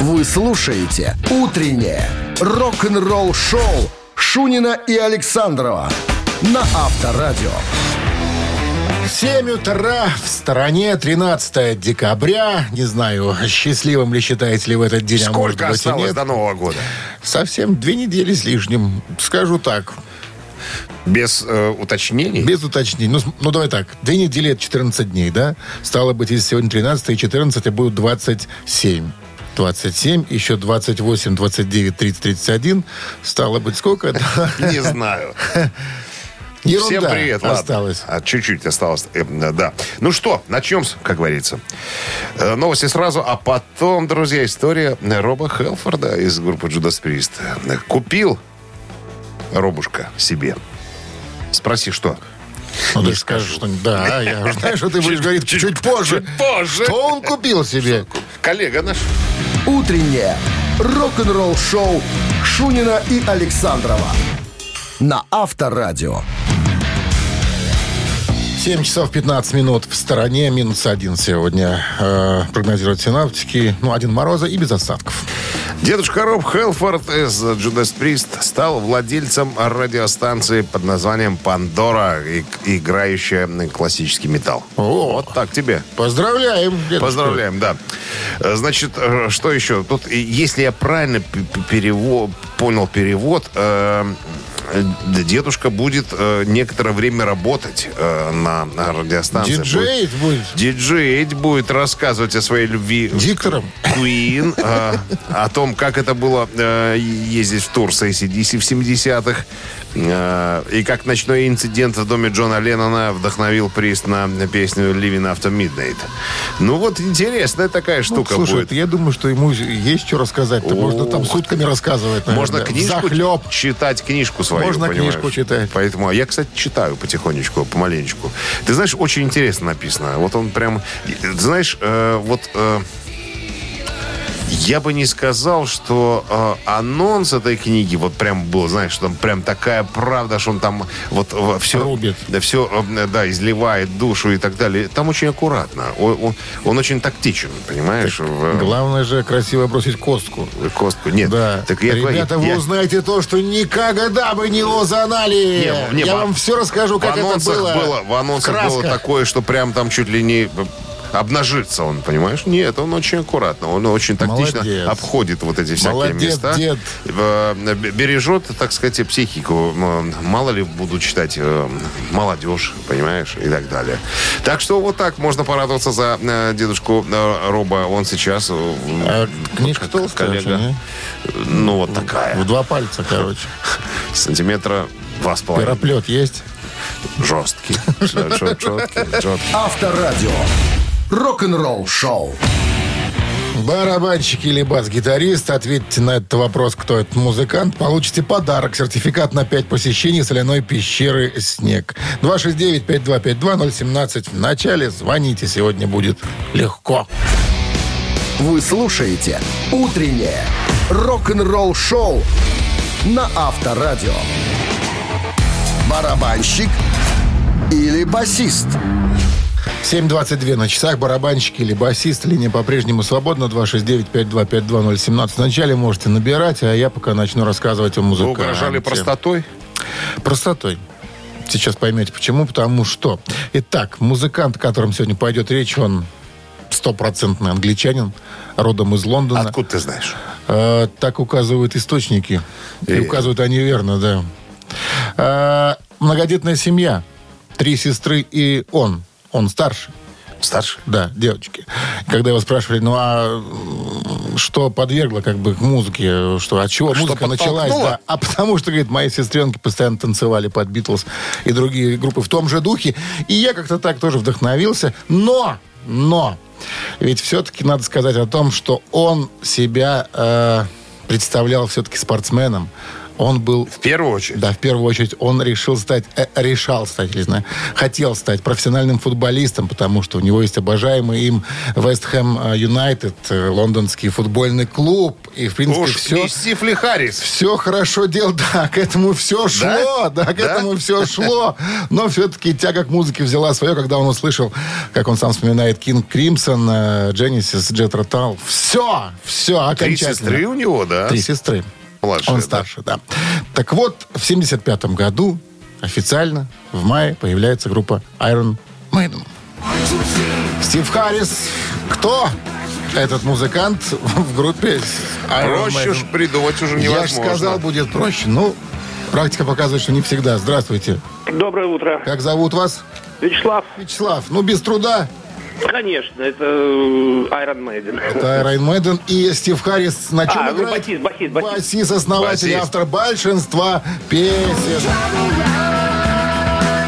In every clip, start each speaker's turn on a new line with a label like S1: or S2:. S1: Вы слушаете «Утреннее рок-н-ролл-шоу» Шунина и Александрова на Авторадио.
S2: 7 утра в стране, 13 декабря. Не знаю, счастливым ли считаете ли в этот день, а может
S3: Сколько
S2: быть и
S3: осталось
S2: нет.
S3: до Нового года?
S2: Совсем две недели с лишним. Скажу так,
S3: Без э, уточнений?
S2: без уточнений. Ну, с- ну, давай так, две недели это 14 дней, да? Стало быть, если сегодня 13 и 14, и будет 27. 27, еще 28, 29, 30, 31. Стало быть, сколько?
S3: Не знаю. Всем
S2: Ерунда
S3: привет. ладно.
S2: осталось.
S3: А, чуть-чуть осталось. э, м, да. Ну что, начнем, с- как говорится. Э, новости сразу, а потом, друзья, история э, Роба Хелфорда из группы Judas Priest. Э, Купил Робушка себе. Спроси, что?
S2: Ну, ты же скажешь что-нибудь. Да, я знаю, что ты будешь говорить чуть, позже.
S3: чуть позже.
S2: Что он купил себе?
S3: Коллега наш.
S1: Утреннее рок-н-ролл-шоу Шунина и Александрова на Авторадио.
S2: 7 часов 15 минут в стороне, минус один сегодня. Э, прогнозируют синаптики. Ну, один мороза и без осадков.
S3: Дедушка Роб Хелфорд из Judas Priest стал владельцем радиостанции под названием «Пандора», и- играющая классический металл.
S2: О.
S3: Вот так тебе.
S2: Поздравляем, дедушка.
S3: Поздравляем, да. Э, Значит, э, что еще? Тут, э, если я правильно п- п- перево- понял перевод, э, э, дедушка будет э, некоторое время работать э, на на радиостанции. Будет-
S2: Диджей будет
S3: Диджеить будет рассказывать о своей любви
S2: диктором.
S3: Queen, э, о том, как это было э, ездить в тур с ACDC в 70-х, э, и как ночной инцидент в доме Джона Леннона вдохновил Прист на песню «Living After Midnight». Ну вот интересная такая
S2: Ну,
S3: штука
S2: Слушай,
S3: будет.
S2: это я думаю, что ему есть что рассказать.
S3: О,
S2: Можно там сутками рассказывать.
S3: Можно книжку
S2: Захлеб.
S3: читать, книжку свою,
S2: Можно
S3: понимаешь?
S2: книжку читать.
S3: Поэтому а я, кстати, читаю потихонечку, помаленечку. Ты знаешь, очень интересно написано. Вот он прям... Ты знаешь, э, вот... э, я бы не сказал, что э, анонс этой книги вот прям был, знаешь, что там прям такая правда, что он там вот все...
S2: Рубит.
S3: Да, все, да, изливает душу и так далее. Там очень аккуратно. Он, он- он очень тактичен, понимаешь? в- э,
S2: Главное же красиво бросить костку.
S3: в Костку. Нет,
S2: Да.
S3: так я говорю,
S2: Ребята,
S3: я-
S2: вы узнаете то, что никогда бы не лозанали.
S3: Не, не,
S2: я
S3: в-
S2: вам все расскажу, как
S3: в
S2: это
S3: анонсах
S2: было.
S3: В анонсах
S2: Краска.
S3: было такое, что прям там чуть ли не э, обнажится он, понимаешь? Нет, он очень аккуратно, он очень тактично
S2: Молодец.
S3: обходит вот эти всякие
S2: Молодец,
S3: места.
S2: дед.
S3: Э, Бережет, так сказать, психику. М, э, Мало ли буду читать э, молодежь, понимаешь, и так далее. Так что вот так можно порадоваться за э, дедушку э, Роба. Он сейчас... э,
S2: А книжка
S3: как
S2: толстая
S3: коллега.
S2: очень,
S3: Ну, вот такая.
S2: В два пальца, короче.
S3: Сантиметра два с половиной.
S2: Пироплет есть.
S3: Жесткий. Жесткий, жесткий.
S1: Авторадио. Рок-н-ролл-шоу.
S2: Барабанщик или бас-гитарист, ответьте на этот вопрос, кто этот музыкант, получите подарок, сертификат на 5 посещений соляной пещеры «Снег». 269-5252-017. В начале звоните, сегодня будет легко.
S1: Вы слушаете «Утреннее рок-н-ролл-шоу» на Авторадио. Барабанщик или басист?
S2: 7.22 на часах, барабанщик или басист, линия по-прежнему свободна, 269-5252-017. Вначале можете набирать, а я пока начну рассказывать о
S3: Вы
S2: музыканте.
S3: угрожали простотой?
S2: простотой. Сейчас поймете, почему. Потому что... Итак, музыкант, о котором сегодня пойдет речь, он стопроцентный англичанин, родом из Лондона.
S3: Откуда ты знаешь?
S2: Э, так указывают источники. И,
S3: Э.
S2: указывают они верно, да. Э, многодетная семья. Три сестры и он. Он старше.
S3: Старше.
S2: Да, девочки. Когда его спрашивали, ну а м, что подвергло как бы к музыке, что от чего
S3: Что
S2: музыка началась,
S3: подтолкнуло?
S2: да. А потому что, говорит, мои сестренки постоянно танцевали под Битлз и другие группы в том же духе. И я как-то так тоже вдохновился. Но, но, ведь все-таки надо сказать о том, что он себя э, представлял все-таки спортсменом. Он был...
S3: В первую очередь.
S2: Да, в первую очередь он решил стать, э, решал стать, я не знаю, хотел стать профессиональным футболистом, потому что у него есть обожаемый им Вест Хэм э, Юнайтед, э, лондонский футбольный клуб, и, в принципе,
S3: Уж
S2: все...
S3: не Стив Ли Харрис.
S2: Все хорошо делал, да, к этому все шло, да, к
S3: Да?
S2: этому все шло. Но все-таки тяга к музыке взяла свое, когда он услышал, как он сам вспоминает, э, Кинг Кримсон, Дженнисис, Джет Ротал. Все, все,
S3: Три
S2: окончательно.
S3: сестры у него, да?
S2: Три сестры.
S3: Младшие,
S2: Он
S3: да.
S2: старше, да. Так вот, в 75 году официально в мае появляется группа Iron Maiden. Стив Харрис. Кто этот музыкант в группе Iron
S3: Проще
S2: Maiden?
S3: А ж придумать уже невозможно.
S2: Я же сказал, будет проще. Ну, практика показывает, что не всегда. Здравствуйте.
S4: Доброе утро.
S2: Как зовут вас?
S4: Вячеслав,
S2: Вячеслав. Ну, без труда.
S4: конечно, это э, Iron Maiden.
S2: Это Iron Maiden и Стив Харрис. На чем
S4: А, ну,
S2: играет?
S4: басист, басист, басист.
S2: основатель и
S3: Басист.
S2: автор большинства песен.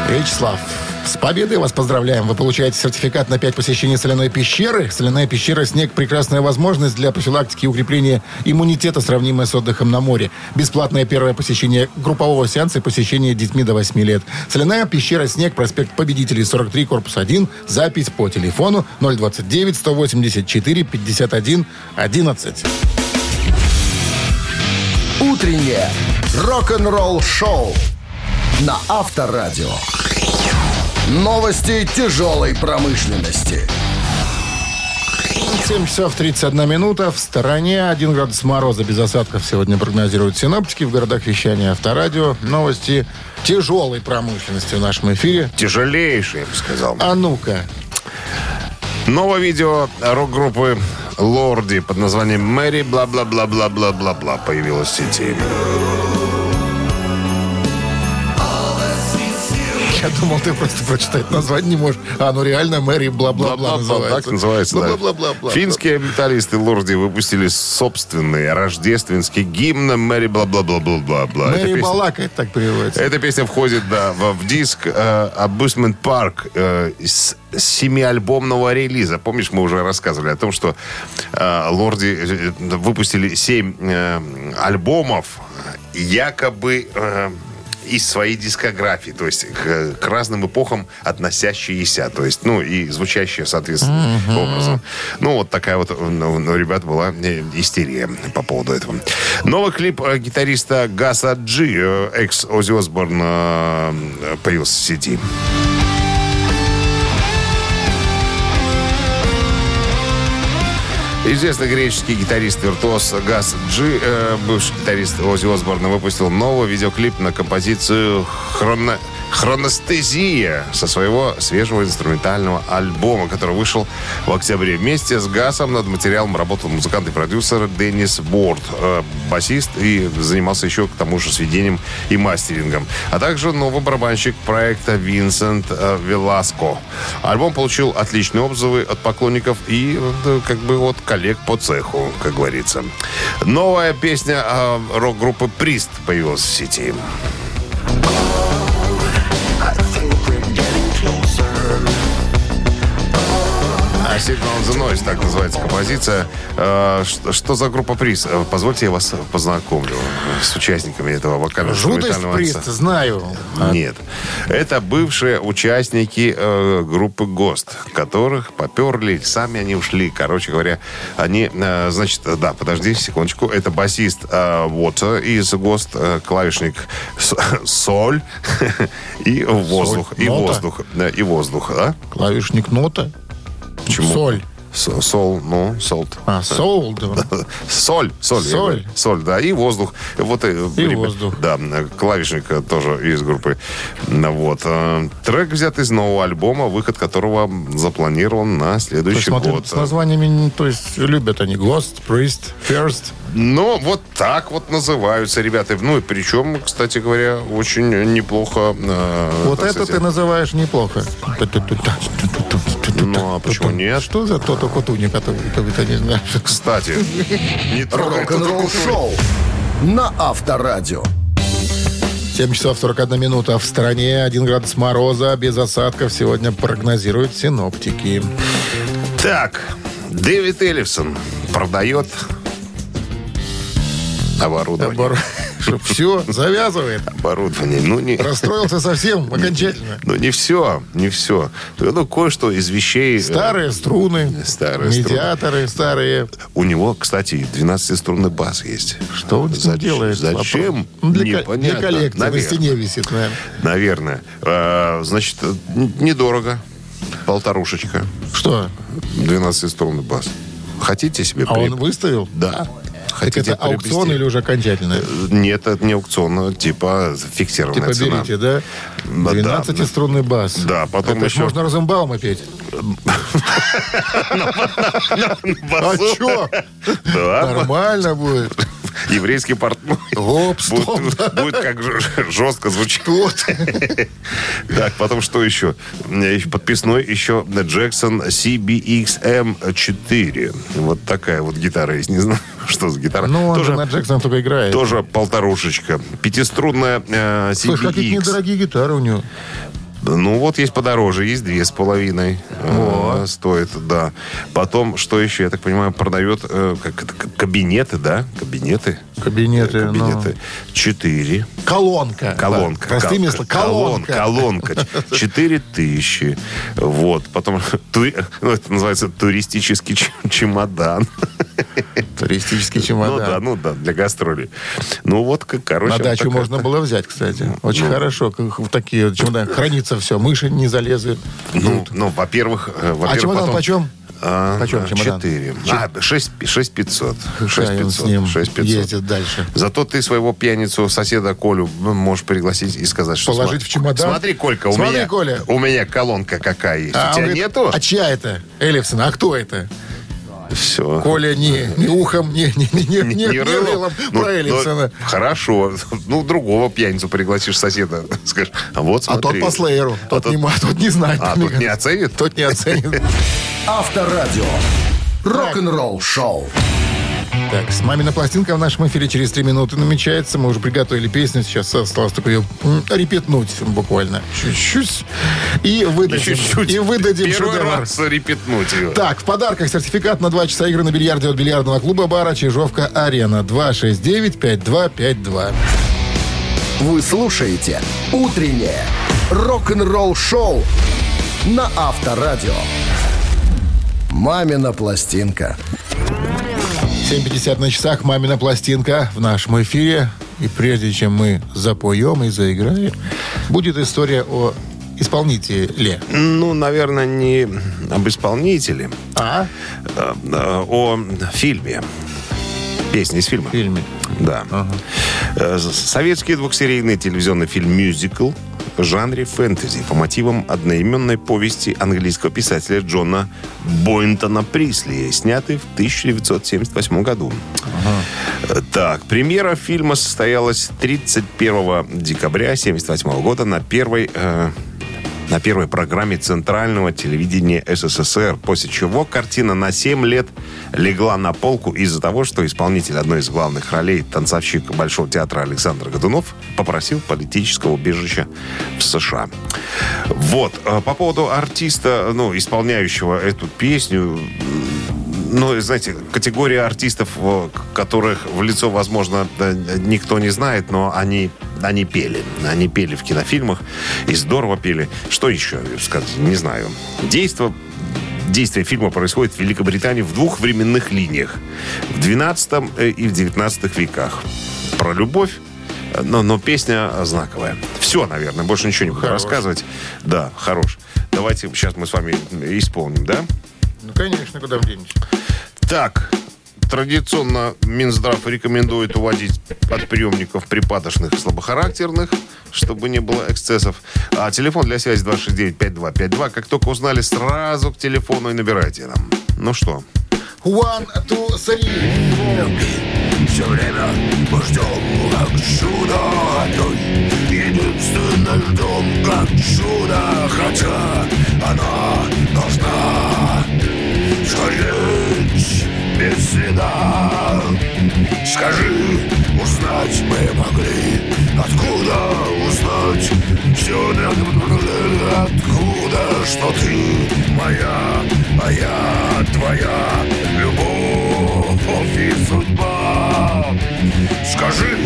S2: Вячеслав, с победой вас поздравляем. Вы получаете сертификат на 5 посещений соляной пещеры. Соляная пещера «Снег» – прекрасная возможность для профилактики и укрепления иммунитета, сравнимая с отдыхом на море. Бесплатное первое посещение группового сеанса и посещение детьми до 8 лет. Соляная пещера «Снег», проспект Победителей, 43, корпус 1. Запись по телефону 029-184-51-11.
S1: Утреннее рок-н-ролл-шоу на Авторадио. Новости тяжелой промышленности.
S2: 7 часов 31 минута. В стороне 1 градус мороза без осадков сегодня прогнозируют синоптики. В городах вещания авторадио. Новости тяжелой промышленности в нашем эфире.
S3: Тяжелейший, я бы сказал.
S2: А ну-ка.
S3: Новое видео рок-группы Лорди под названием Мэри бла-бла-бла-бла-бла-бла-бла появилось в сети.
S2: Я думал, ты просто прочитать название не можешь. А, ну реально Мэри бла-бла-бла называется.
S3: Так называется, да.
S2: Бла-бла-бла-бла.
S3: Финские металлисты Лорди выпустили собственный рождественский гимн Мэри бла-бла-бла-бла-бла. Эта
S2: Мэри
S3: а песня-
S2: Балака, это так переводится.
S3: Эта песня входит да, в, в диск э, Абусмент Парк с э, семиальбомного релиза. Помнишь, мы уже рассказывали о том, что э, Лорди э, выпустили семь э, альбомов якобы э, из своей дискографии, то есть к, к разным эпохам относящиеся, то есть, ну, и звучащие соответственно образом. Ну, вот такая вот э, ну, у ребят была э, истерия по поводу этого. Новый клип э, гитариста Гаса Джи, э, экс Ози Осборн, э, появился в сети. Известный греческий гитарист-виртуоз Гас Джи, э, бывший гитарист Ози Осборна, выпустил новый видеоклип на композицию «Хроно- «Хроностезия» со своего свежего инструментального альбома, который вышел в октябре. Вместе с Гасом над материалом работал музыкант и продюсер Деннис Борт, э, басист, и занимался еще к тому же сведением и мастерингом. А также новый барабанщик проекта Винсент э, Веласко. Альбом получил отличные отзывы от поклонников и э, как бы от коллег по цеху, как говорится. Новая песня э, рок-группы Прист появилась в сети. А Signal on the Noise, так называется композиция. Э, Что, что за группа Прист? Э, Позвольте, я вас познакомлю с участниками этого вокального
S2: Жутость
S3: инструментального
S2: приз,
S3: ансамбля.
S2: знаю.
S3: Нет. Это бывшие участники э, группы ГОСТ, которых поперли, сами они ушли. Короче говоря, они, э, значит, э, да, подожди секундочку. Это басист э, Water из ГОСТ, э, клавишник С- Соль и воздух. И
S2: нота.
S3: воздух. Да, И воздух, а?
S2: Клавишник нота.
S3: Почему?
S2: Соль.
S3: С- Сол, ну, солт.
S2: А, соул. да.
S3: Соль, соль, я
S2: Соль.
S3: говорю. соль, да, и воздух. Вот э,
S2: И воздух.
S3: Да, э, клавишник э, тоже из группы. Ну, Вот э, трек взят из нового альбома, выход которого запланирован на
S2: То есть,
S3: следующий
S2: смотрю,
S3: год.
S2: с названиями, не- то есть, любят они. Ghost, Priest, First.
S3: Ну, вот так вот называются ребята. Ну и причем, кстати говоря, очень неплохо. э,
S2: Вот
S3: так
S2: это
S3: сказать,
S2: ты называешь неплохо.
S3: Ну, а почему нет?
S2: Что за тот окутуни, который ты не знаешь?
S3: Кстати, не трогай эту культуру.
S1: Рок-н-ролл-шоу на Авторадио.
S2: 7 часов 41 минута. В стране 1 градус мороза, без осадков. Сегодня прогнозируют синоптики.
S3: Так, Дэвид Эллифсон продает оборудование.
S2: Обор- чтоб все завязывает.
S3: Оборудование. Ну, не...
S2: Расстроился совсем окончательно.
S3: Ну, не все, не все. Ну, кое-что из вещей... э,
S2: Старые струны,
S3: Старые струны.
S2: медиаторы старые.
S3: У него, кстати, 12-струнный бас есть.
S2: Что он с ним
S3: Зач-
S2: делает?
S3: Зачем?
S2: Вопрос. Ну, Для, ко-
S3: Непонятно.
S2: для коллекции
S3: Наверное.
S2: на стене висит, наверное.
S3: Наверное. Э, значит, э, н- недорого. Полторушечка.
S2: Что?
S3: 12-струнный бас. Хотите себе
S2: А
S3: при-
S2: он выставил?
S3: Да.
S2: Так
S3: Хотите
S2: это аукцион
S3: приобрести?
S2: или уже окончательное?
S3: Э, Нет, это не аукцион, а типа фиксированная
S2: Типа
S3: цена.
S2: берите, да?
S3: Да,
S2: 12-струнный бас.
S3: Да, потом
S2: Это ж
S3: еще-
S2: можно Розенбаума петь. А
S3: Басу.
S2: чё?
S3: Да.
S2: Нормально будет.
S3: Еврейский портной.
S2: Гоп, стоп.
S3: Будет, будет как ж- жестко звучит. Так, потом что еще? Э, еще Подписной еще Джексон CBXM4. Вот такая вот гитара есть. Не знаю, что за гитара.
S2: Ну, он же
S3: Тоже
S2: на Джексона только играет.
S3: тоже полторушечка. Пятиструнная э,
S2: Слушай, какие
S3: CBX.
S2: недорогие гитары у него.
S3: Ну, вот есть подороже, есть две с половиной. э, Стоит, да. Потом, что еще, я так понимаю, продает э, как это, к- кабинеты, да? Кабинеты.
S2: Кабинеты, ну.
S3: Кабинеты. Четыре.
S2: Колонка.
S3: Колонка.
S2: Да, Простыми
S3: Кол-
S2: словами.
S3: колон-
S2: Колонка.
S3: Колонка. Четыре тысячи. Вот. Потом, тури- ну, это называется туристический ч- чемодан.
S2: Туристический
S3: Ну да,
S2: чемодан.
S3: ну да, для гастролей. Ну вот, к- короче...
S2: На
S3: вот
S2: дачу
S3: такая- Ну.
S2: можно было взять, кстати. Очень хорошо. как В такие вот чемоданы. Хранится все. Мыши не залезут.
S3: Ну, ну, во-первых... э, во-первых,
S2: А чемодан
S3: потом-
S2: почем?
S3: А,
S2: Почем
S3: а,
S2: чемодан?
S3: Четыре. А, шесть, шесть пятьсот.
S2: Пускай
S3: Шесть
S2: он с
S3: пятьсот.
S2: ним
S3: Шесть пятьсот.
S2: ездит дальше.
S3: Зато ты своего пьяницу, соседа Колю, м, можешь пригласить и сказать, что...
S2: Положить
S3: сма-
S2: в чемодан?
S3: Смотри, Колька, у
S2: Смотри,
S3: меня...
S2: Коля.
S3: У меня колонка какая есть.
S2: А
S3: у
S2: он
S3: тебя
S2: говорит,
S3: нету?
S2: А чья это? Эллифсон, а кто это? «А
S3: Все.
S2: Коля не, не ухом, не, не, не, не, не, не рылом
S3: Ну,
S2: про
S3: ну,
S2: Эллифсона.
S3: хорошо. Ну, другого пьяницу пригласишь соседа. Скажешь, а вот
S2: А тот
S3: смотри.
S2: по слееру.
S3: А
S2: Тот,
S3: тот-
S2: не, ма- тот не знает.
S3: А,
S2: мне
S3: тот не
S2: кажется.
S3: оценит?
S2: Тот не оценит.
S1: Авторадио. Рок-н-ролл шоу.
S2: Так, с «Мамина пластинка» в нашем эфире через три минуты намечается. Мы уже приготовили песню. Сейчас осталось только ее м, репетнуть буквально. Чуть-чуть. И выдадим.
S3: Чуть-чуть.
S2: И выдадим
S3: Первый
S2: шедевр.
S3: раз репетнуть ее.
S2: Так, в подарках сертификат на 2 часа игры на бильярде от бильярдного клуба бара «Чижовка-Арена». 269-5252.
S1: Вы слушаете «Утреннее рок-н-ролл-шоу» на Авторадио. «Мамина пластинка».
S2: 7.50 на часах «Мамина пластинка» в нашем эфире. И прежде чем мы запоем и заиграем, будет история о исполнителе.
S3: Ну, наверное, не об исполнителе,
S2: А?
S3: а, а, о фильме. Песня из фильма.
S2: Фильме.
S3: Да. Э, с- Советский двухсерийный телевизионный фильм-мюзикл в жанре фэнтези по мотивам одноименной повести английского писателя Джона Бойнтона Присли, снятый в 1978 году. Э, Так, премьера фильма состоялась 31 декабря 1978 года на первой... э, на первой программе Центрального телевидения СССР, после чего картина на 7 лет легла на полку из-за того, что исполнитель одной из главных ролей, танцовщик Большого театра Александр Годунов, попросил политического убежища в США. Вот, э, по поводу артиста, ну, исполняющего эту песню, ну, знаете, категория артистов, э, к- которых в лицо, возможно, да, никто не знает, но они, они пели. Они пели в кинофильмах и здорово пели. Что еще сказать? Не знаю. Действо Действие фильма происходит в Великобритании в двух временных линиях. В 12 и в 19 веках. Про любовь, э, но, но песня знаковая. Все, наверное, больше ничего не буду рассказывать. Да, хорош. Давайте сейчас мы с вами исполним, да?
S2: Ну, конечно, куда мы денемся.
S3: Так, традиционно Минздрав рекомендует уводить от приемников припадочных и слабохарактерных, чтобы не было эксцессов. А телефон для связи 269-5252. Как только узнали, сразу к телефону и набирайте нам. Ну что?
S2: One, two, three.
S1: Все время мы ждем, как чудо одной. Единственно ждем, как чудо, хотя она должна сгореть без следа. Скажи, узнать мы могли, откуда узнать все, откуда, что ты моя, а я твоя любовь и судьба. Скажи,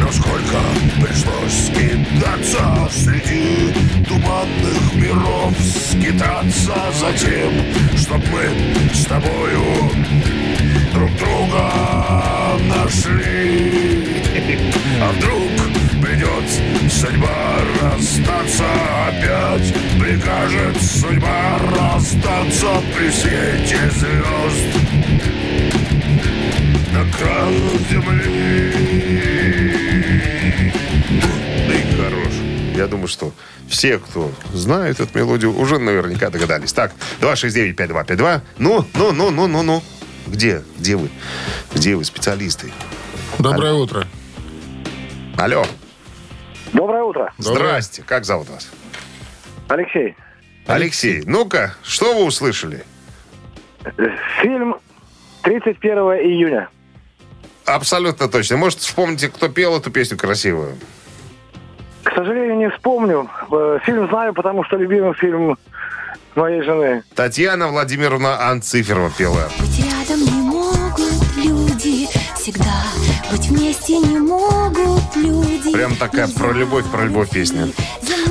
S1: насколько пришлось кидаться Среди туманных миров скитаться за тем, Чтоб мы с тобою друг друга нашли А вдруг придет судьба расстаться опять Прикажет судьба расстаться при свете звезд на краю земли.
S3: Ты хорош. Я думаю, что все, кто знает эту мелодию, уже наверняка догадались. Так, 269-5252. Ну, ну, ну, ну, ну, ну. Где? Где вы? Где вы, специалисты?
S2: Доброе утро.
S3: Алло,
S5: Доброе утро,
S2: Доброе.
S3: здрасте. Как зовут вас?
S5: Алексей.
S3: Алексей, ну-ка, что вы услышали?
S5: Фильм 31 июня.
S3: Абсолютно точно. Может, вспомните, кто пел эту песню красивую?
S5: К сожалению, не вспомню. Э, Фильм знаю, потому что любимый фильм моей жены.
S3: Татьяна Владимировна Анциферова пела.
S6: Быть рядом не могут люди всегда. Быть вместе не могут люди.
S3: Прям такая про любовь, про любовь песня.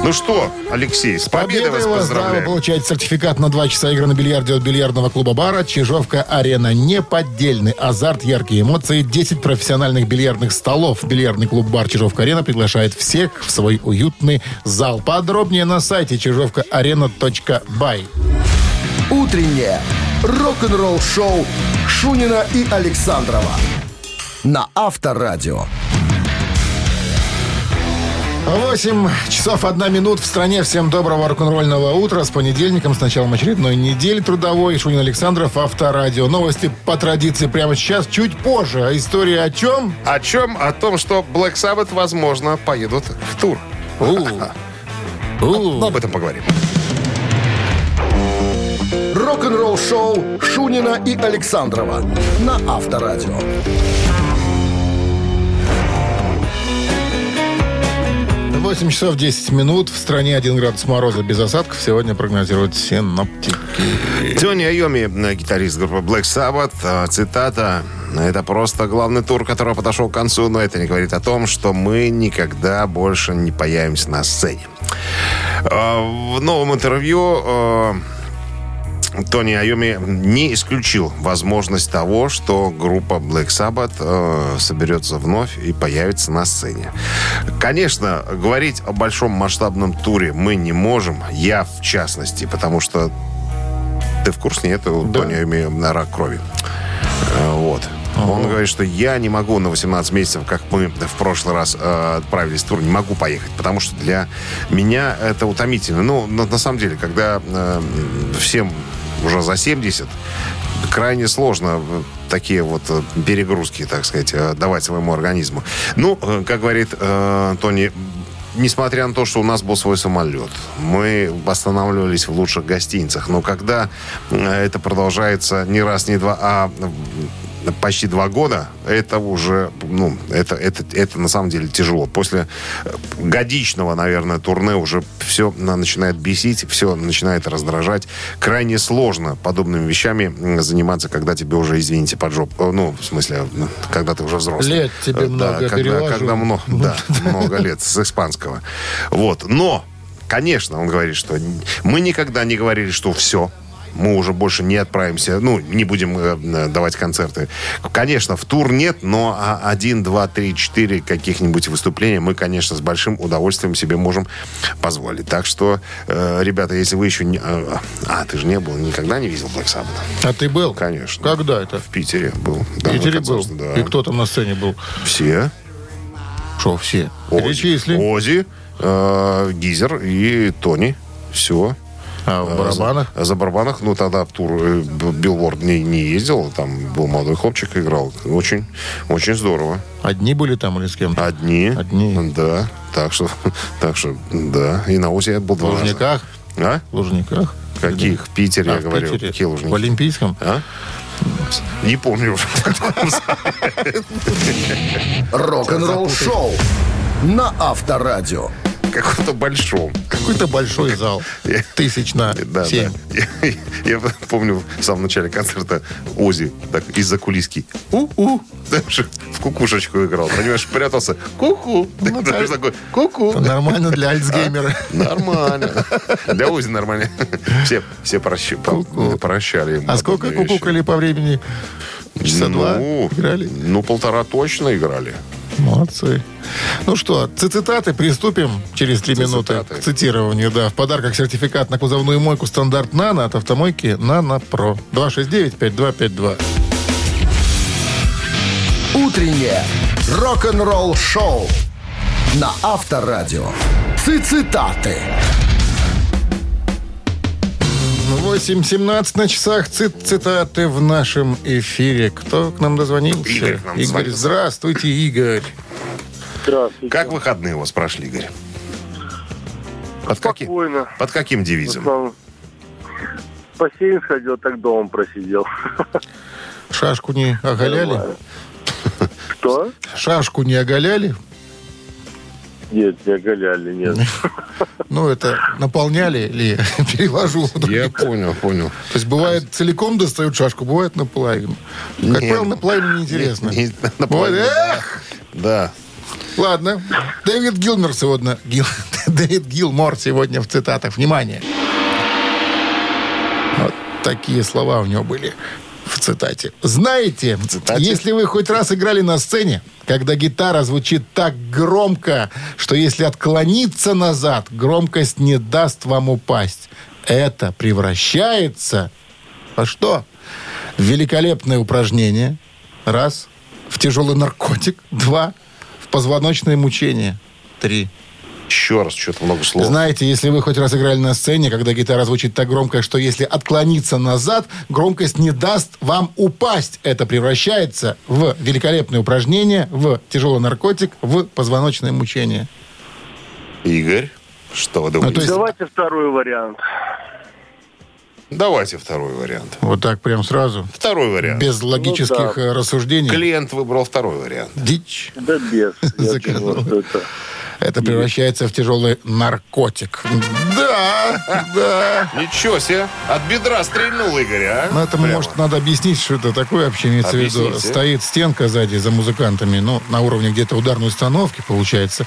S3: Ну что, Алексей, с победой вас
S2: вас, да, вы
S3: поздравляем.
S2: получаете сертификат на 2 часа игры на бильярде от бильярдного клуба бара «Чижовка Арена». Неподдельный азарт, яркие эмоции, 10 профессиональных бильярдных столов. Бильярдный клуб бар «Чижовка Арена» приглашает всех в свой уютный зал. Подробнее на сайте чижовкаарена.бай.
S7: Утреннее рок-н-ролл-шоу Шунина и Александрова на Авторадио.
S2: 8 часов 1 минут в стране. Всем доброго рок-н-ролльного утра. С понедельником, с началом очередной недели трудовой. Шунин Александров, Авторадио. Новости по традиции прямо сейчас, чуть позже. А история о чем?
S3: О чем? О том, что Black Sabbath, возможно, поедут в тур.
S2: У. У.
S3: Но об этом поговорим.
S7: Рок-н-ролл-шоу Шунина и Александрова на Авторадио.
S2: 8 часов 10 минут. В стране 1 градус мороза без осадков. Сегодня прогнозируют синоптики.
S3: Тёни Айоми, э, гитарист группы Black Sabbath, э, цитата, «Это просто главный тур, который подошел к концу, но это не говорит о том, что мы никогда больше не появимся на сцене». Э, В новом интервью э, Тони Айоми не исключил возможность того, что группа Black Sabbath э, соберется вновь и появится на сцене. Конечно, говорить о большом масштабном туре мы не можем, я в частности, потому что ты в курсе, нет? У
S2: Да.
S3: Тони Айоми на рак крови. Э, Вот. Он говорит, что я не могу на 18 месяцев, как мы в прошлый раз э, отправились в тур, не могу поехать, потому что для меня это утомительно. Ну, на, на самом деле, когда э, всем уже за 70, крайне сложно э, такие вот э, перегрузки, так сказать, э, давать своему организму. Ну, э, как говорит э, Тони, несмотря на то, что у нас был свой самолет, мы восстанавливались в лучших гостиницах. Но когда э, это продолжается не раз, не два, а м, почти два года, это уже, ну, это, это, это на самом деле тяжело. После э, годичного, наверное, турне уже все начинает бесить, все начинает раздражать. Крайне сложно подобными вещами м, заниматься, когда тебе уже, извините, под жопу, ну, в смысле, ну, когда ты уже взрослый.
S2: Лет тебе
S3: Э,
S2: много
S3: когда-
S2: переложил.
S3: когда много, да, много лет с испанского. Вот, но, конечно, он говорит, что мы никогда не говорили, что все. Мы уже больше не отправимся, ну, не будем э, давать концерты. Конечно, в тур нет, но а, один, два, три, четыре каких-нибудь выступления мы, конечно, с большим удовольствием себе можем позволить. Так что, э, ребята, если вы еще не... э, а, ты же не был, никогда не видел Black Sabbath?
S2: А ты был?
S3: Конечно.
S2: Когда это?
S3: В Питере был.
S2: В Питере
S3: на
S2: был?
S3: концерте, да.
S2: И кто там на сцене был?
S3: Все.
S2: Что, все?
S3: Ози.
S2: Перечисли.
S3: Ози, э, Гизер и Тони. Все.
S2: А в барабанах?
S3: За, за барабанах. Ну, тогда в тур э, Б- Билборд не, не ездил. а Там был молодой хлопчик, играл. Очень, очень здорово.
S2: Одни были там или с кем-то?
S3: Одни.
S2: Одни.
S3: Да. Так что, так что, да. И на Ози я был
S2: В
S3: два раза.
S2: Лужниках?
S3: А?
S2: В Лужниках?
S3: Каких? В Питере,
S2: А,
S3: я
S2: в
S3: говорю.
S2: Питере?
S3: Какие
S2: В
S3: лужники?
S2: Олимпийском?
S3: А? Не помню уже. в каком
S7: Рок-н-ролл-шоу на Авторадио.
S3: каком-то большом.
S2: Какой-то большой зал. Тысяч на
S3: Да,
S2: семь.
S3: да. Я, я помню в самом начале концерта Ози так из-за кулиски. У-у. Даже в кукушечку играл. Понимаешь, прятался. Ку-ку.
S2: Ну,
S3: Ты знаешь,
S2: да.
S3: такой, ку-ку.
S2: Нормально
S3: А?
S2: для альцгеймера.
S3: Нормально. Для Ози нормально. Все, все прощ- по-
S2: Ку-ку.
S3: прощали ему.
S2: А сколько
S3: подобные вещи.
S2: кукукали по времени? Часа два
S3: Ну,
S2: играли?
S3: Ну, полтора точно играли.
S2: Молодцы. Ну что, ци- цитаты приступим через три минуты
S3: Цитаты.
S2: к цитированию. Да, в подарках сертификат на кузовную мойку стандарт «Нано» от автомойки «Нано Про». 269-5252.
S7: Утреннее рок-н-ролл-шоу на Авторадио. Цитаты.
S2: 8.17 на часах ци- цитаты в нашем эфире. Кто к нам дозвонился?
S3: Игорь к нам
S2: Игорь,
S3: дозвонился.
S2: здравствуйте, Игорь.
S5: Здравствуйте.
S3: Как выходные у вас прошли, Игорь? Под, каки-
S5: Спокойно.
S3: под каким
S5: В
S3: девизом?
S5: основном. В Бассейн сходил, так дома просидел.
S2: Шашку не оголяли?
S5: Что?
S2: Шашку не оголяли?
S5: Нет, не оголяли, нет.
S2: Ну, это наполняли ли? Перевожу.
S3: Я понял, понял.
S2: То есть бывает целиком достают шашку, бывает наполовину. Как
S3: Не.
S2: правило, наполовину неинтересно.
S3: Не- не
S2: Бывает,
S3: наполовину,
S2: эх!
S3: Да.
S2: Ладно. Дэвид Гилмор сегодня... Гил- Дэвид Гилмор сегодня в цитатах. Внимание. Вот такие слова у него были в цитате. Знаете,
S3: цитате?
S2: если вы хоть раз играли на сцене, когда гитара звучит так громко, что если отклониться назад, громкость не даст вам упасть. Это превращается во что? В великолепное упражнение. Раз. В тяжелый наркотик. Два. В позвоночное мучение. Три.
S3: Еще раз, что-то много слов.
S2: Знаете, если вы хоть раз играли на сцене, когда гитара звучит так громко, что если отклониться назад, громкость не даст вам упасть. Это превращается в великолепное упражнение, в тяжелый наркотик, в позвоночное мучение.
S3: Игорь, что вы думаете?
S2: Ну, то есть-
S5: Давайте второй вариант.
S3: Давайте второй вариант.
S2: Вот так прям сразу,
S3: Второй вариант.
S2: без
S5: Ну
S2: логических э, рассуждений.
S3: Клиент выбрал второй вариант.
S2: Дичь.
S5: Да без. Я думал, что это...
S2: Это превращается в тяжелый наркотик. Да, да.
S3: Ничего себе. От бедра стрельнул Игорь, а?
S2: Ну, это,
S3: Прямо.
S2: может, надо объяснить, что это такое вообще имеется в виду.
S3: Объясните.
S2: Стоит стенка сзади за музыкантами, ну, на уровне где-то ударной установки, получается.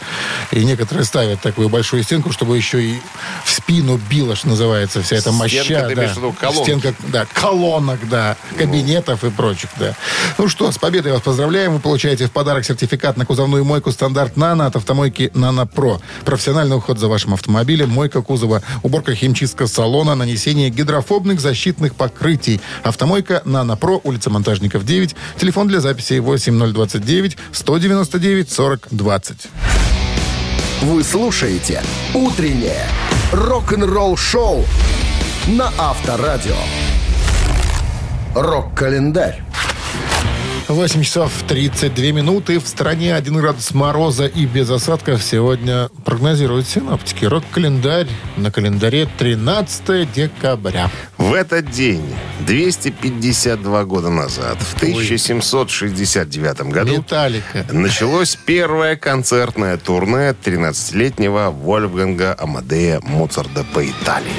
S2: И некоторые ставят такую большую стенку, чтобы еще и в спину било, что называется, вся эта
S3: Стенка,
S2: моща. да.
S3: ты имеешь в виду колонки?
S2: Стенка, да, колонок, да, кабинетов и прочих, да. Ну что, с победой вас поздравляем. Вы получаете в подарок сертификат на кузовную мойку стандарт «Нано» от автомойки «Нано Про». Профессиональный уход за вашим автомобилем, мойка кузова, уборка химчистка салона, нанесение гидрофобных защитных покрытий. Автомойка «Нано Про», улица Монтажников, 9. Телефон для записи 8029-199-4020.
S7: Вы слушаете «Утреннее рок-н-ролл-шоу» на Авторадио. Рок-календарь.
S2: 8 часов 32 минуты. В стране 1 градус мороза и без осадков сегодня прогнозируют синоптики. Рок-календарь на календаре 13 декабря.
S3: В этот день, 252 года назад, в 1769 году,
S2: Металлика.
S3: началось первое концертное турне 13-летнего Вольфганга Амадея Моцарда по Италии.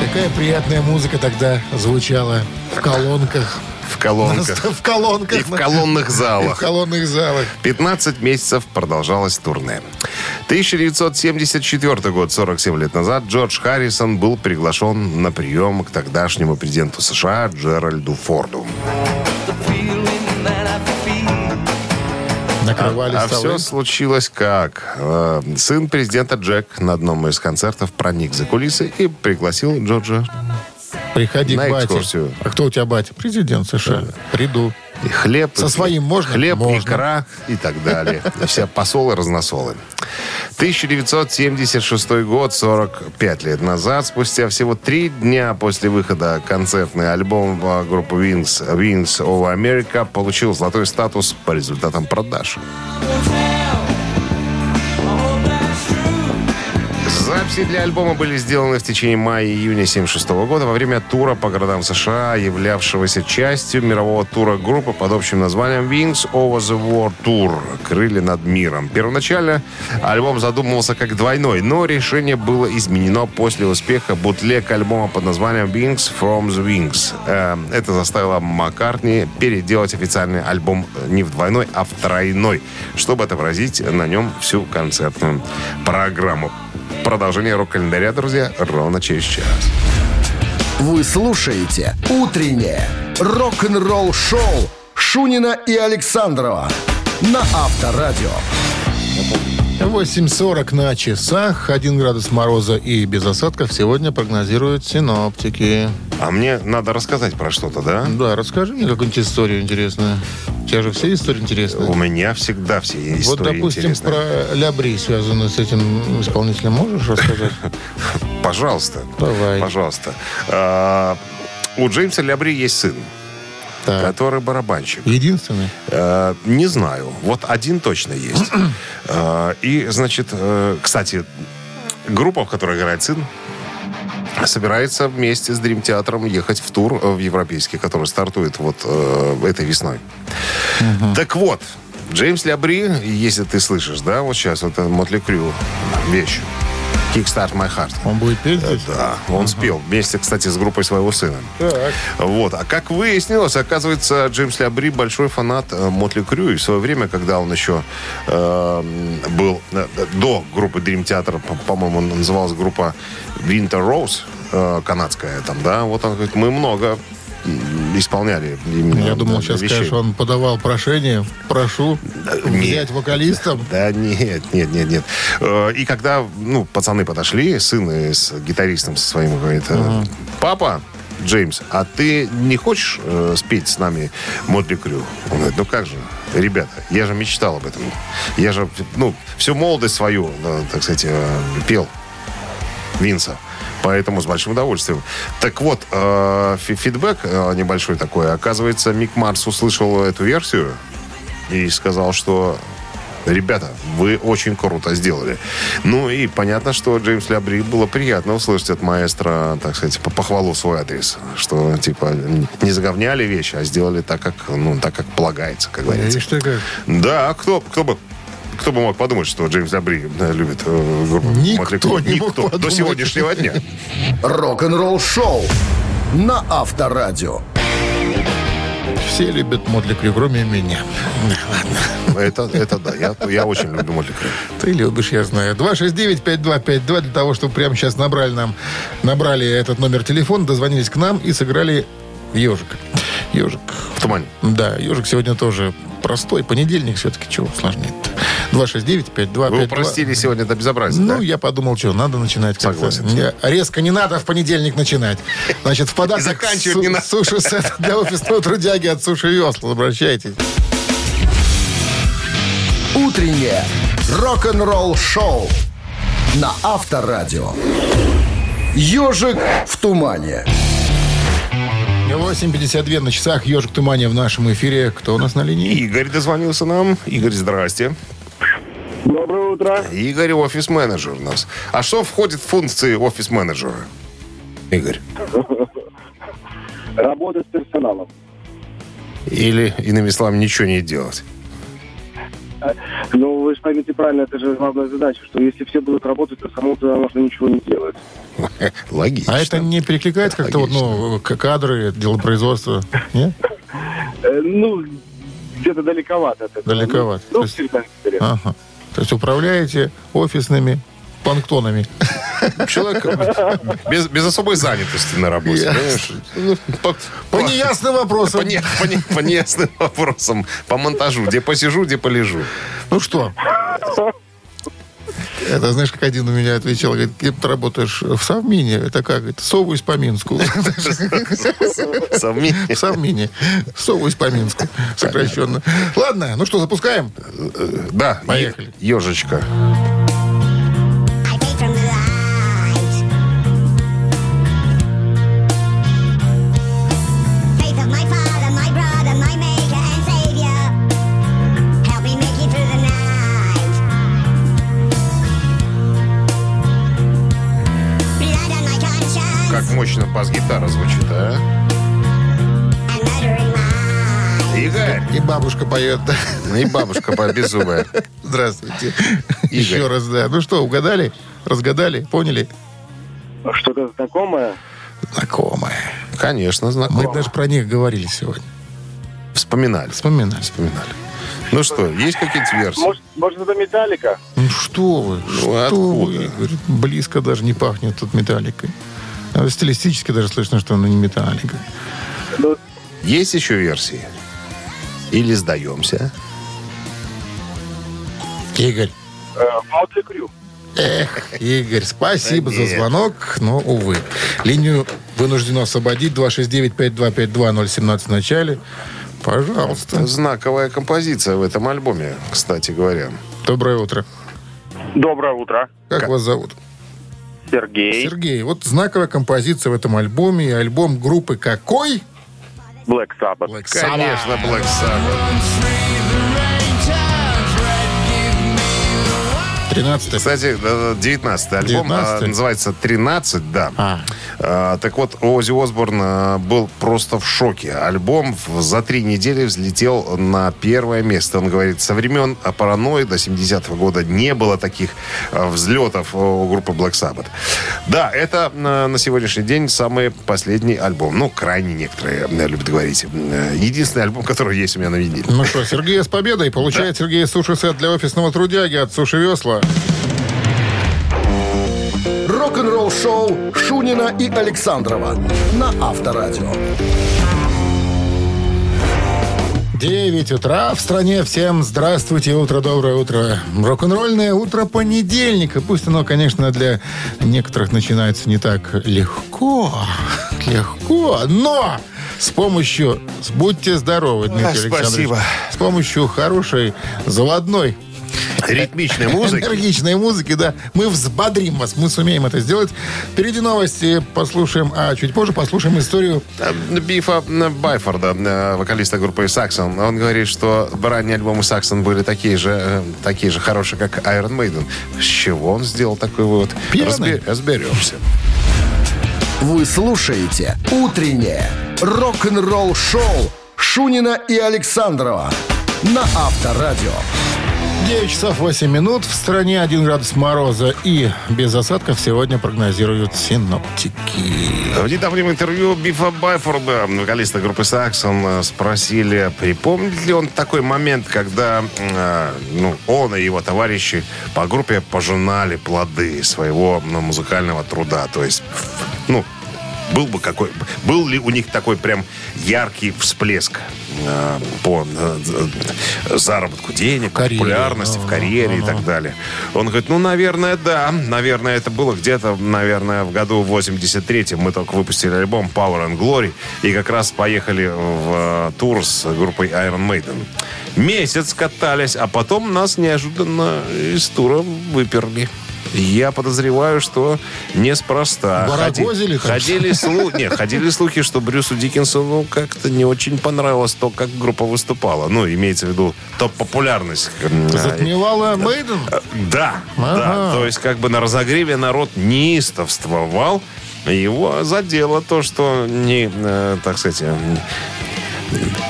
S2: Какая приятная музыка тогда звучала в колонках.
S3: В колонках
S2: В колонках.
S3: и в колонных
S2: И в
S3: залах.
S2: колонных залах.
S3: 15 месяцев продолжалось турне. 1974 год, 47 лет назад, Джордж Харрисон был приглашен на прием к тогдашнему президенту США Джеральду Форду.
S2: Накрывали
S3: А
S2: столы.
S3: все случилось как? Э, Сын президента Джек на одном из концертов проник за кулисы и пригласил Джорджа.
S2: Приходи
S3: на
S2: к бате.
S3: экскурсию.
S2: А кто у тебя батя? Президент США. Приду.
S3: И хлеб.
S2: Со
S3: и-
S2: своим можно?
S3: Хлеб,
S2: Можно.
S3: икра и так далее. Все посолы, разносолы. 1976 год, 45 лет назад, спустя всего три дня после выхода концертный альбом э, группы Wings, Wings of America получил золотой статус по результатам продаж. За Записи для альбома были сделаны в течение мая-июня 1976 года во время тура по городам США, являвшегося частью мирового тура группы под общим названием Wings Over the World Tour – «Крылья над миром». Первоначально альбом задумывался как двойной, но решение было изменено после успеха бутлег альбома под названием Wings from the Wings. Эм, Это заставило Маккартни переделать официальный альбом не в двойной, а в тройной, чтобы отобразить на нем всю концертную программу. Продолжение рок-календаря, друзья, ровно через час.
S7: Вы слушаете «Утреннее рок-н-ролл-шоу» Шунина и Александрова на Авторадио.
S2: 8.40 на часах, 1 градус мороза и без осадков сегодня прогнозируют синоптики.
S3: А мне надо рассказать про что-то, да?
S2: Да, расскажи мне какую-нибудь историю интересную. У тебя же все истории интересные.
S3: У меня всегда все истории
S2: вот, допустим,
S3: интересные.
S2: про Лябри, связанную с этим исполнителем, можешь рассказать?
S3: Пожалуйста.
S2: Давай.
S3: Пожалуйста. А, у Джеймса Лябри есть сын,
S2: Так.
S3: который барабанщик.
S2: Единственный?
S3: Э, Не знаю. Вот один точно есть. Э, И, значит, э, кстати, группа, в которой играет сын, собирается вместе с Дрим Театром ехать в тур э, в европейский, который стартует вот э, этой весной. Так вот, Джеймс Лябри, если ты слышишь, да, вот сейчас, вот это Мотли Крю вещь. Kickstart My Heart.
S2: Он будет петь здесь?
S3: Да, он спел вместе, кстати, с группой своего сына.
S2: Так.
S3: Вот. А как выяснилось, оказывается, Джеймс Лябри большой фанат э, Мотли Крю. И в свое время, когда он еще э, был э, до группы Dream Theater, по- по-моему, он называлась группа Winter Rose, э, канадская там, да, вот он говорит, мы много м, исполняли именно
S2: Я думал,
S3: э,
S2: сейчас
S3: вещей.
S2: скажешь, он подавал прошение, прошу взять вокалиста.
S3: Да нет, нет, нет, нет. Э, И когда, ну, пацаны подошли, сын и с гитаристом со своим говорит, э, папа, Джеймс, а ты не хочешь э, спеть с нами Мотли Крю? Он говорит, ну как же, ребята, я же мечтал об этом. Я же, ну, всю молодость свою, э, так сказать, э, пел Винса. Поэтому с большим удовольствием. Так вот, э, фи- фидбэк э, небольшой такой. Оказывается, Мик Марс услышал эту версию и сказал, что Ребята, вы очень круто сделали. Ну и понятно, что Джеймс Лябри было приятно услышать от маэстро, так сказать, по- похвалу в свой адрес. Что, типа, не заговняли вещи, а сделали так, как, ну, так, как полагается, как говорится.
S2: Видишь ты как?
S3: Да, кто, кто бы... Кто бы мог подумать, что Джеймс Лябри да, любит э, группу
S2: Никто
S3: Мотли Крю?
S2: не мог
S3: Никто. до
S2: подумать.
S3: сегодняшнего дня.
S7: Рок-н-ролл-шоу на Авторадио.
S2: Все любят Мотли Крю, кроме меня.
S3: Это, это да, я, я очень люблю Мотли Крю.
S2: Ты любишь, я знаю. 269-5252 для того, чтобы прямо сейчас набрали нам, набрали этот номер телефона, дозвонились к нам и сыграли ежик. Ежик.
S3: В тумане.
S2: Да, ежик сегодня тоже простой. Понедельник все-таки чего сложнее 269-5252.
S3: Вы упростили сегодня до безобразия,
S2: Ну,
S3: да?
S2: я подумал, что надо начинать как-то.
S3: Согласен.
S2: Не, резко не надо в понедельник начинать. Значит, в подарок
S3: И заканчивать не надо.
S2: суши-сет для офисного трудяги от Суши Весла. Обращайтесь.
S7: Утреннее рок-н-ролл-шоу на Авторадио. «Ежик в тумане».
S2: 8.52 на часах. Ежик в тумане в нашем эфире. Кто у нас на линии?
S3: Игорь дозвонился нам. Игорь, здрасте.
S5: Доброе утро.
S3: Игорь офис-менеджер у нас. А что входит в функции офис-менеджера? Игорь.
S5: Работа с персоналом.
S3: Или, иными словами, ничего не делать.
S5: Ну, вы же поймите правильно, это же главная задача, что если все будут работать, то самому туда можно ничего не делать.
S3: Логично.
S2: А это не перекликает как-то вот, ну, к- кадры, дело производства? Нет?
S5: Э, ну, где-то далековато от этого.
S2: Далековато.
S5: Ну,
S2: То
S5: ну,
S2: есть-
S5: всегда интересно.
S2: Ага. То есть управляете офисными планктонами.
S3: Человек без, без особой занятости на работе. понимаешь? Ну, По,
S2: По
S3: по-
S2: неясным
S3: по
S2: вопросам.
S3: не- по не- по неясным вопросам, по монтажу, где посижу, где полежу.
S2: Ну что? Это, знаешь, как один у меня отвечал, говорит, где ты работаешь? В Совмине. Это как? Это Сову из Поминску.
S3: Совмин-
S2: В Совмине. Сову из Поминска. Сокращенно. Ладно, ну что, запускаем?
S3: Да, е-
S2: Поехали.
S3: Ежечка.
S6: I came from the light. Faith of my father, my brother, my maker and savior. Help me make it through the night.
S3: звучит, а? Игорь.
S2: И бабушка поет. да.
S3: Ну И бабушка по- беззубая.
S2: Здравствуйте. Еще раз, да. Ну что, угадали? Разгадали? Поняли?
S5: Что-то знакомое?
S2: Знакомые.
S3: Конечно,
S2: Мы
S3: знакомо.
S2: даже про них говорили сегодня.
S3: Вспоминали.
S2: Вспоминали.
S3: Вспоминали. Ну что, есть какие-то версии?
S5: Может, может это металлика?
S2: Ну что вы, что
S3: откуда?
S2: вы, Игорь? Близко даже не пахнет тут металликой. А Стилистически даже слышно, что она не металлика.
S3: Есть еще версии? Или сдаемся?
S2: Игорь.
S5: Мотли Крю.
S2: Игорь, спасибо
S3: Да
S2: за
S3: нет.
S2: звонок, но, увы. Линию вынуждено освободить. 269-5252-017 в начале. Пожалуйста.
S3: Знаковая композиция в этом альбоме, кстати говоря.
S2: Доброе утро.
S5: Доброе утро.
S2: Как, вас зовут?
S5: Сергей.
S2: Сергей, вот знаковая композиция в этом альбоме. И альбом группы какой?
S5: Блэк Саббат.
S2: Black Sabbath.
S3: Конечно, Black Sabbath.
S2: 13
S3: Кстати, э, 19-й альбом.
S2: 19-й?
S3: э, Называется «13», да.
S2: А.
S3: Э, Так вот, Оззи Осборн э, был просто в шоке. Альбом в- за три недели взлетел на первое место. Он говорит, со времен «Паранойи» до 70-го года не было таких э, взлетов у группы Black Sabbath. Да, это э, на сегодняшний день самый последний альбом. Ну, крайне некоторые э, любят говорить. Э, Единственный альбом, который есть у меня на виниле.
S2: Ну что, Сергей с победой. Получает Сергей суши-сет для офисного трудяги от суши-весла.
S7: Рок-н-ролл-шоу Шунина и Александрова на Авторадио.
S2: 9 утра в стране. Всем здравствуйте. Утро, доброе утро. Рок-н-ролльное утро понедельника. Пусть оно, конечно, для некоторых начинается не так легко. Легко. Но с помощью... с- Будьте здоровы, Дмитрий
S3: Ой,
S2: Александрович.
S3: спасибо.
S2: С помощью хорошей заводной
S3: Ритмичной музыки.
S2: Энергичной музыки, да. Мы взбодрим вас, мы сумеем это сделать. Впереди новости послушаем, а чуть позже послушаем историю.
S3: Э, Бифа э, Байфорда, э, вокалиста группы Саксон, он говорит, что ранние альбомы Саксон были такие же, э, такие же хорошие, как Iron Maiden. С чего он сделал такой вывод?
S2: Пьяный.
S3: Разбе- разберемся.
S7: Вы слушаете «Утреннее рок-н-ролл-шоу» Шунина и Александрова на Авторадио.
S2: 9 часов 8 минут. В стране 1 градус мороза и без осадков сегодня прогнозируют синоптики.
S3: В недавнем интервью Бифа Байфорда, вокалиста группы Саксон, э, спросили, припомнит ли он такой момент, когда э, ну, он и его товарищи по группе пожинали плоды своего ну, музыкального труда. То есть, ну, был бы какой, был ли у них такой прям яркий всплеск э, по э, э, заработку денег,
S2: Карьере,
S3: популярности в
S2: ага,
S3: карьере и так далее. Он говорит, ну, наверное, да. Наверное, это было где-то, наверное, в году 83-м. Мы только выпустили альбом Power and Glory и как раз поехали в э, тур с группой Iron Maiden. Месяц катались, а потом нас неожиданно из тура выперли. Я подозреваю, что неспроста.
S2: Барагозили там,
S3: ходили, слу- не, ходили слухи, что Брюсу Диккенсону как-то не очень понравилось то, как группа выступала. Ну, имеется в виду топ-популярность. м, а,
S2: Затмевала Мейден?
S3: да,
S2: Ага.
S3: да. То есть как бы на разогреве народ неистовствовал. Его задело то, что не, э, так сказать, э,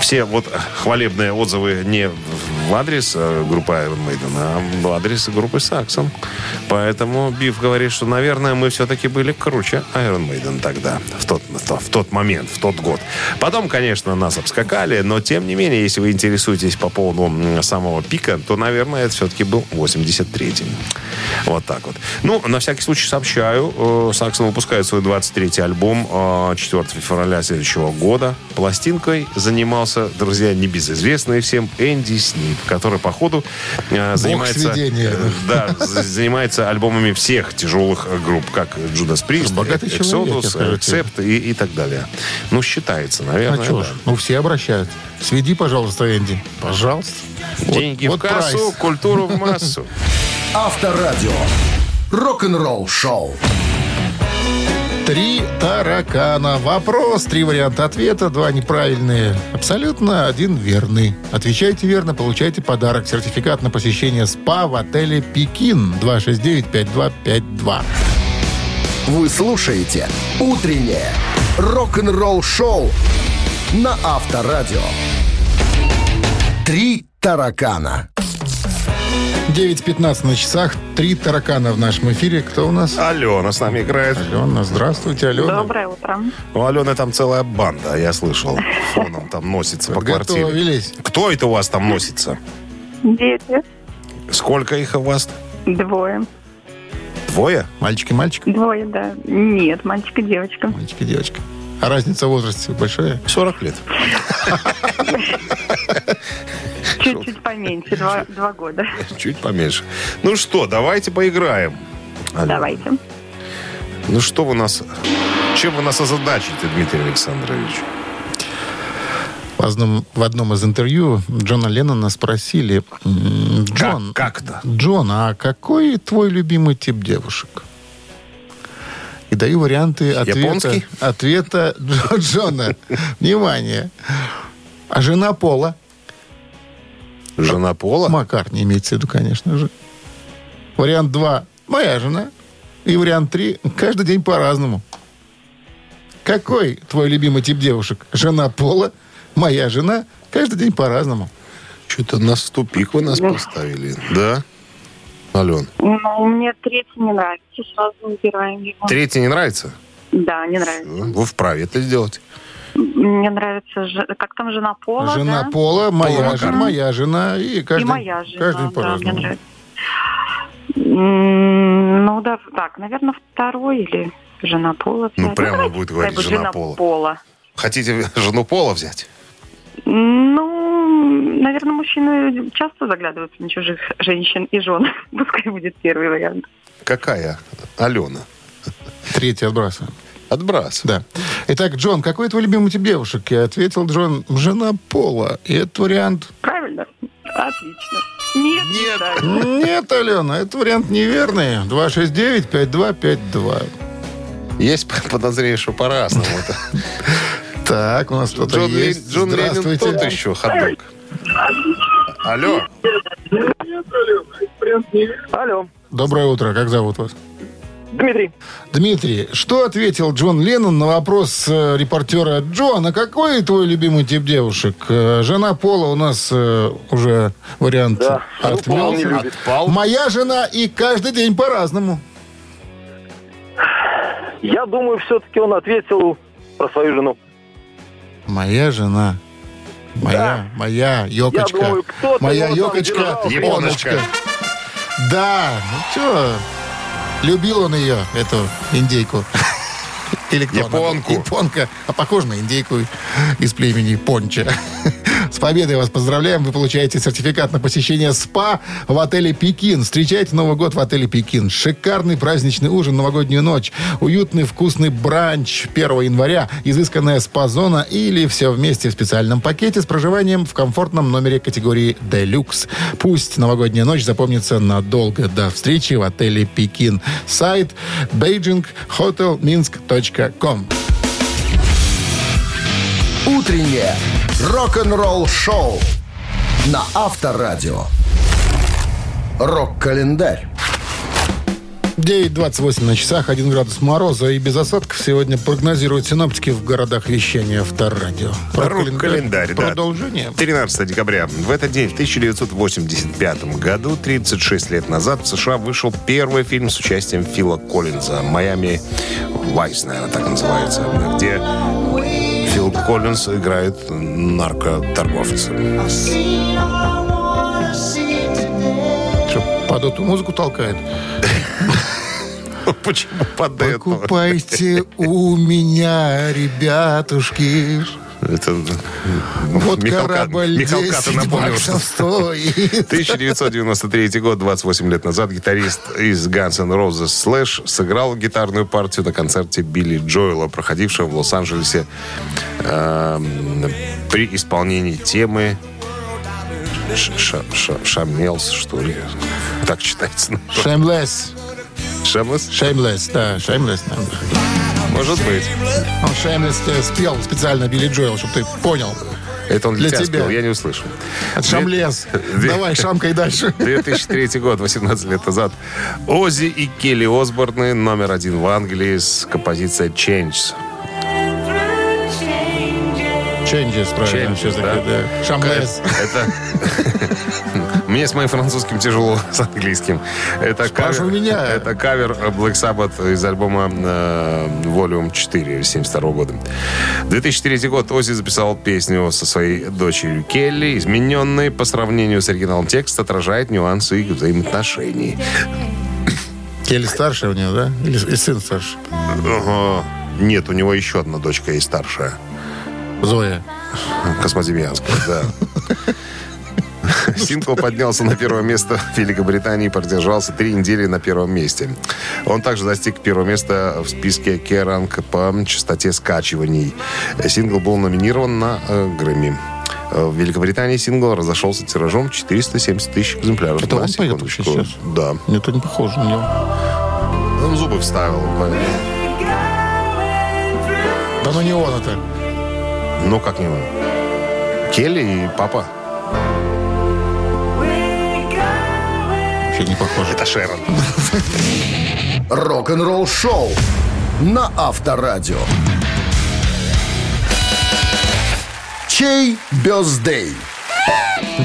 S3: все вот хвалебные отзывы не в адрес э, группы Iron Maiden, а в адрес группы Саксон. Поэтому Биф говорит, что, наверное, мы все-таки были круче Iron Maiden тогда, в тот, в то- в тот момент, в тот год. Потом, конечно, нас обскакали, но, тем не менее, если вы интересуетесь по поводу м, самого пика, то, наверное, это все-таки был 83-й. Вот так вот. Ну, на всякий случай сообщаю, э, Саксон выпускает свой 23-й альбом э, 4 февраля следующего года. Пластинкой занимался, друзья, небезызвестный всем Энди Снип, который, по ходу, э, занимается...
S2: сведения.
S3: э, Да, за- занимается альбомами всех тяжелых э, групп, как Judas Priest,
S2: Богатый человек, я
S3: Exodus,
S2: скажу
S3: э,
S2: тебе.
S3: Accept и, и так далее. Ну, считается,
S2: А
S3: наверное.
S2: чё ж,
S3: да.
S2: ну все обращаются. Сведи, пожалуйста, Энди. Пожалуйста. Вот-
S3: Деньги
S2: вот
S3: в кассу,
S2: прайс.
S3: культуру в массу.
S7: Авторадио. Рок-н-ролл-шоу.
S2: Три таракана. Вопрос, три варианта ответа, два неправильные. Абсолютно один верный. Отвечайте верно, получайте подарок. Сертификат на посещение СПА в отеле «Пекин». 269-5252.
S7: Вы слушаете «Утреннее рок-н-ролл-шоу на Авторадио. «Три таракана».
S2: 9.15 на часах. Три таракана в нашем эфире. Кто у нас?
S3: Алена с нами играет.
S2: Алена. Здравствуйте, Алена.
S8: Доброе утро.
S3: У Алены там целая банда, я слышал. Он там, там носится по квартире.
S2: Готовились.
S3: Кто это у вас там носится?
S8: Дети.
S3: Сколько их у вас?
S8: Двое.
S3: Двое?
S2: Мальчики, мальчик,
S8: Двое, да. Нет, мальчик и девочка.
S2: мальчики, девочка. А разница в возрасте большая?
S3: 40 лет.
S8: Чуть-чуть поменьше, два, два года.
S3: Чуть поменьше. Ну что, давайте поиграем. Алена,
S8: Давайте.
S3: Ну что вы нас... Чем вы нас озадачите, Дмитрий Александрович?
S2: В одном, в одном из интервью Джона Леннона спросили, м, Джон,
S3: Как, как-то.
S2: Джон, а какой твой любимый тип девушек? И даю варианты ответа,
S3: Японский?
S2: ответа Джо- Джона. Внимание. А жена Пола,
S3: Жена Пола?
S2: Макар не имеется в виду, конечно же. Вариант 2. Моя жена. И вариант 3. Каждый день по-разному. Какой твой любимый тип девушек? Жена Пола, моя жена, каждый день по-разному.
S3: Что-то нас в тупик вы нас поставили. Да? Ален.
S8: Ну, мне третий не нравится. Сразу выбираем его.
S3: Третья не нравится?
S8: Да, не нравится.
S3: Вы вправе это сделать.
S8: Мне нравится, ж- как там жена Пола,
S2: жена
S8: да?
S2: Пола, моя
S3: Пола,
S2: жена,
S3: да.
S2: моя жена и каждый,
S8: и моя жена.
S2: каждый день
S8: да, мне
S2: по-разному.
S8: нравится. М, Ну, да, так, наверное, второй или жена Пола.
S3: Ну,
S8: да.
S3: прямо
S8: давайте
S3: будет
S8: пускай
S3: говорить жена Пола. Хотите жену Пола взять?
S8: Ну, наверное, мужчины часто заглядываются на чужих женщин и жен. Пускай будет первый вариант.
S3: Какая? Алена.
S2: Третий отбрасываем.
S3: Отбрас.
S2: Да. Итак, Джон, какой твой любимый тип девушек? И ответил Джон, жена Пола. И этот вариант...
S8: Правильно? Отлично. Нет,
S3: Нет.
S8: не так.
S2: Нет, Алена, этот вариант неверный. 269-5252.
S3: Есть подозрение, что по-разному. это.
S2: Так, у нас кто-то
S3: Джон, Ле-
S2: есть.
S3: Джон Ленин
S2: Здравствуйте.
S3: тот еще ходок. Алло.
S5: Алло,
S2: Доброе утро, а как зовут вас?
S5: Дмитрий.
S2: Дмитрий, что ответил Джон Леннон на вопрос э, репортера Джона? Какой твой любимый тип девушек? Э, жена Пола у нас э, уже вариант
S5: Да.
S2: отмёлся.
S5: не любит.
S3: Отпал.
S2: Моя жена и каждый день по-разному.
S5: Я думаю, все-таки он ответил про свою жену.
S2: Моя жена. Моя, моя ёкочка.
S5: Я думаю, кто-то
S2: моя
S5: его там
S2: ёкочка,
S5: держал.
S2: Яночка.
S3: Яночка.
S2: Да, ну чё, любил он ее, эту индейку. Или кто она была?
S3: Японку.
S2: Японка, а похожа на индейку из племени Понча. С победой вас поздравляем. Вы получаете сертификат на посещение СПА в отеле «Пекин». Встречайте Новый год в отеле «Пекин». Шикарный праздничный ужин, новогоднюю ночь, уютный вкусный бранч 1 января, изысканная СПА-зона или все вместе в специальном пакете с проживанием в комфортном номере категории «Делюкс». Пусть новогодняя ночь запомнится надолго. До встречи в отеле «Пекин». Сайт beijinghotelminsk.com
S7: Утреннее рок-н-ролл-шоу на Авторадио. Рок-календарь.
S2: 9.28 на часах, 1 градус мороза и без осадков сегодня прогнозируют синоптики в городах вещания Авторадио. Про
S3: Рок-календарь, да.
S2: Продолжение.
S3: 13 декабря. В этот день, в 1985 году, 36 лет назад, в США вышел первый фильм с участием Фила Коллинза «Майами Вайс», наверное, так называется, где Фил Коллинз играет наркоторговца.
S2: Что, под эту музыку толкает?
S3: Почему под это?
S2: Покупайте у меня, ребятушки.
S3: Это... ну,
S2: Вот
S3: Михалка-
S2: корабль
S3: Михалка-то
S2: 10
S3: напомнил, что-
S2: баксов стоит.
S3: 1993 год, 28 лет назад, гитарист из Guns N' Roses Slash сыграл гитарную партию на концерте Билли Джоэла, проходившего в Лос-Анджелесе эм, при исполнении темы Ш- Ша- Ша- Шамелс, что ли? Так читается.
S2: Shameless.
S3: Шамелс?
S2: Shameless, да, shameless. да.
S3: Может быть.
S2: Он shameless э, спел специально Билли Джоэл, чтобы ты понял.
S3: Это он
S2: Для
S3: для, тебя
S2: тебя.
S3: спел, я не услышал.
S2: Шамлес.
S3: Две-
S2: Давай, шамкай дальше.
S3: 2003 год, 18 лет назад. Ози и Келли Осборны номер один в Англии с композицией «Change».
S2: Changes, правильно.
S3: Changes,
S2: всё
S3: да.
S2: таки, да. Шамлес.
S3: Это... Мне с моим французским тяжело, с английским. Это
S2: Спрашивай
S3: кавер,
S2: меня.
S3: это кавер Black Sabbath из альбома э, Volume 4 72 года. 2003 год Оззи записал песню со своей дочерью Келли, измененной по сравнению с оригиналом текст, отражает нюансы их взаимоотношений.
S2: Келли старше у него, да? Или и сын старше?
S3: Ага. Нет, у него еще одна дочка есть старшая.
S2: Зоя.
S3: Космодемьянская, да. Синкл поднялся на первое место в Великобритании и продержался три недели на первом месте. Он также достиг первого места в списке Керанг по частоте скачиваний. Сингл был номинирован на э, Грэмми. Э, В Великобритании сингл разошелся тиражом 470 тысяч экземпляров.
S2: Это
S3: На
S2: он поет вообще
S3: секундочку.
S2: сейчас?
S3: Да.
S2: Нет, это не похоже на него.
S3: Он зубы вставил. поэтому.
S2: Да ну не он это.
S3: Ну, как не он. Келли и папа.
S2: Вообще не похоже.
S3: Это Шерон.
S7: Рок-н-ролл шоу на Авторадио. Чей бездей?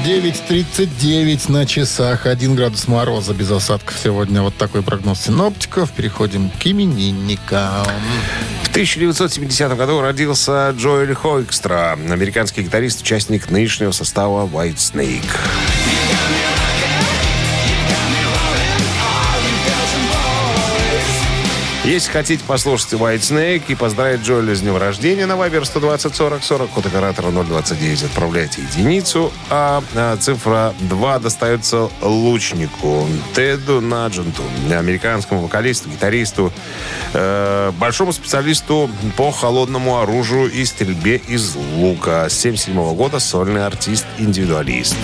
S2: 9.39 на часах. 1 градус мороза без осадков сегодня. Вот такой прогноз синоптиков. Переходим к именинникам.
S3: В 1970 году родился Джоэль Хойкстра, американский гитарист, участник нынешнего состава White Snake. Если хотите послушать White Snake и поздравить Джоэля с днем рождения на Viber 120 40 40, код оператора 029, отправляйте единицу, а, а, цифра 2 достается лучнику Теду Надженту, американскому вокалисту, гитаристу, э, большому специалисту по холодному оружию и стрельбе из лука. С 77 года сольный артист-индивидуалист.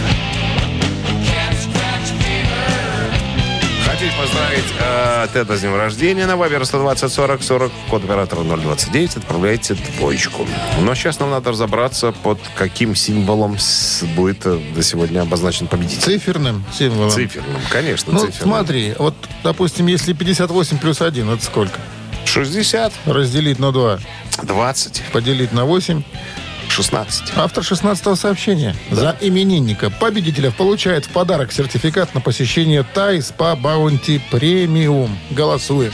S3: Хотите поздравить э, Теда с днем рождения на Viber 120 40 40, код оператора 029, отправляйте двоечку. Но сейчас нам надо разобраться, под каким символом с- будет э, до сегодня обозначен победитель.
S2: Циферным символом.
S3: Циферным, конечно,
S2: Ну,
S3: циферным.
S2: смотри, вот, допустим, если 58 плюс 1, это сколько?
S3: 60,
S2: Разделить на 2,
S3: 20,
S2: поделить на 8.
S3: 16.
S2: Автор 16 сообщения за именинника победителев получает в подарок сертификат на посещение Тай Спа Баунти Премиум. Голосуем.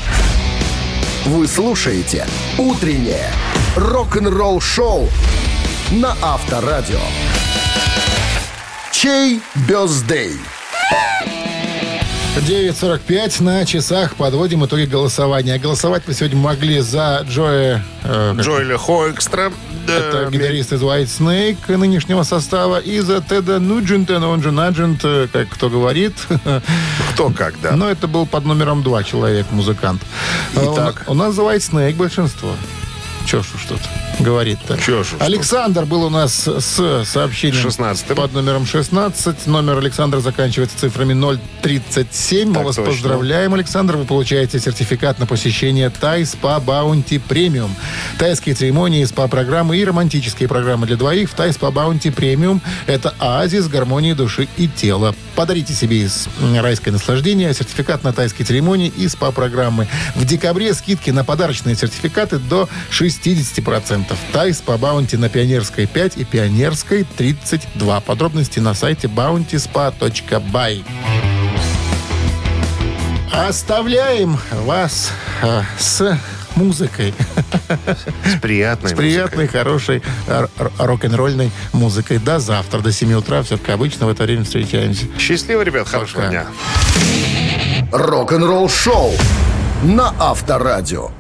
S7: Вы слушаете «Утреннее рок-н-ролл-шоу» на Авторадио. Чей бездей?
S2: 9.45 на часах подводим итоги голосования. Голосовать вы сегодня могли за Джоя... э, как-
S3: Джоэля Хоэкстра. э,
S2: Это гитарист из White Snake нынешнего состава. И за Теда Нуджента, но он же Наджент, э, как кто говорит.
S3: Кто когда?
S2: Но это был под номером два человек-музыкант. А у-
S3: Итак.
S2: У нас за White Snake большинство. Чё ж уж тут говорит-то?
S3: Чё ж уж
S2: Александр был у нас с сообщением
S3: 16-м.
S2: под номером 16. Номер Александра заканчивается цифрами 037. Мы
S3: Так
S2: вас
S3: точно.
S2: поздравляем, Александр. Вы получаете сертификат на посещение Тай Спа Баунти Премиум. Тайские церемонии, спа-программы и романтические программы для двоих в Тай Спа Баунти Премиум. Это оазис гармонии души и тела. Подарите себе из м, райское наслаждение сертификат на тайские церемонии и спа-программы. В декабре скидки на подарочные сертификаты до 60%. Тай Спа Баунти на Пионерской 5 и Пионерской 32. Подробности на сайте bountyspa.by. Оставляем вас а, с музыкой.
S3: С приятной
S2: С приятной, хорошей, р- р- рок-н-ролльной музыкой. До завтра, до 7 утра. Все как обычно, в это время встречаемся.
S3: музыкой. Счастливо, ребят, хорошего
S2: Пока.
S3: дня.
S7: Рок-н-ролл-шоу на Авторадио.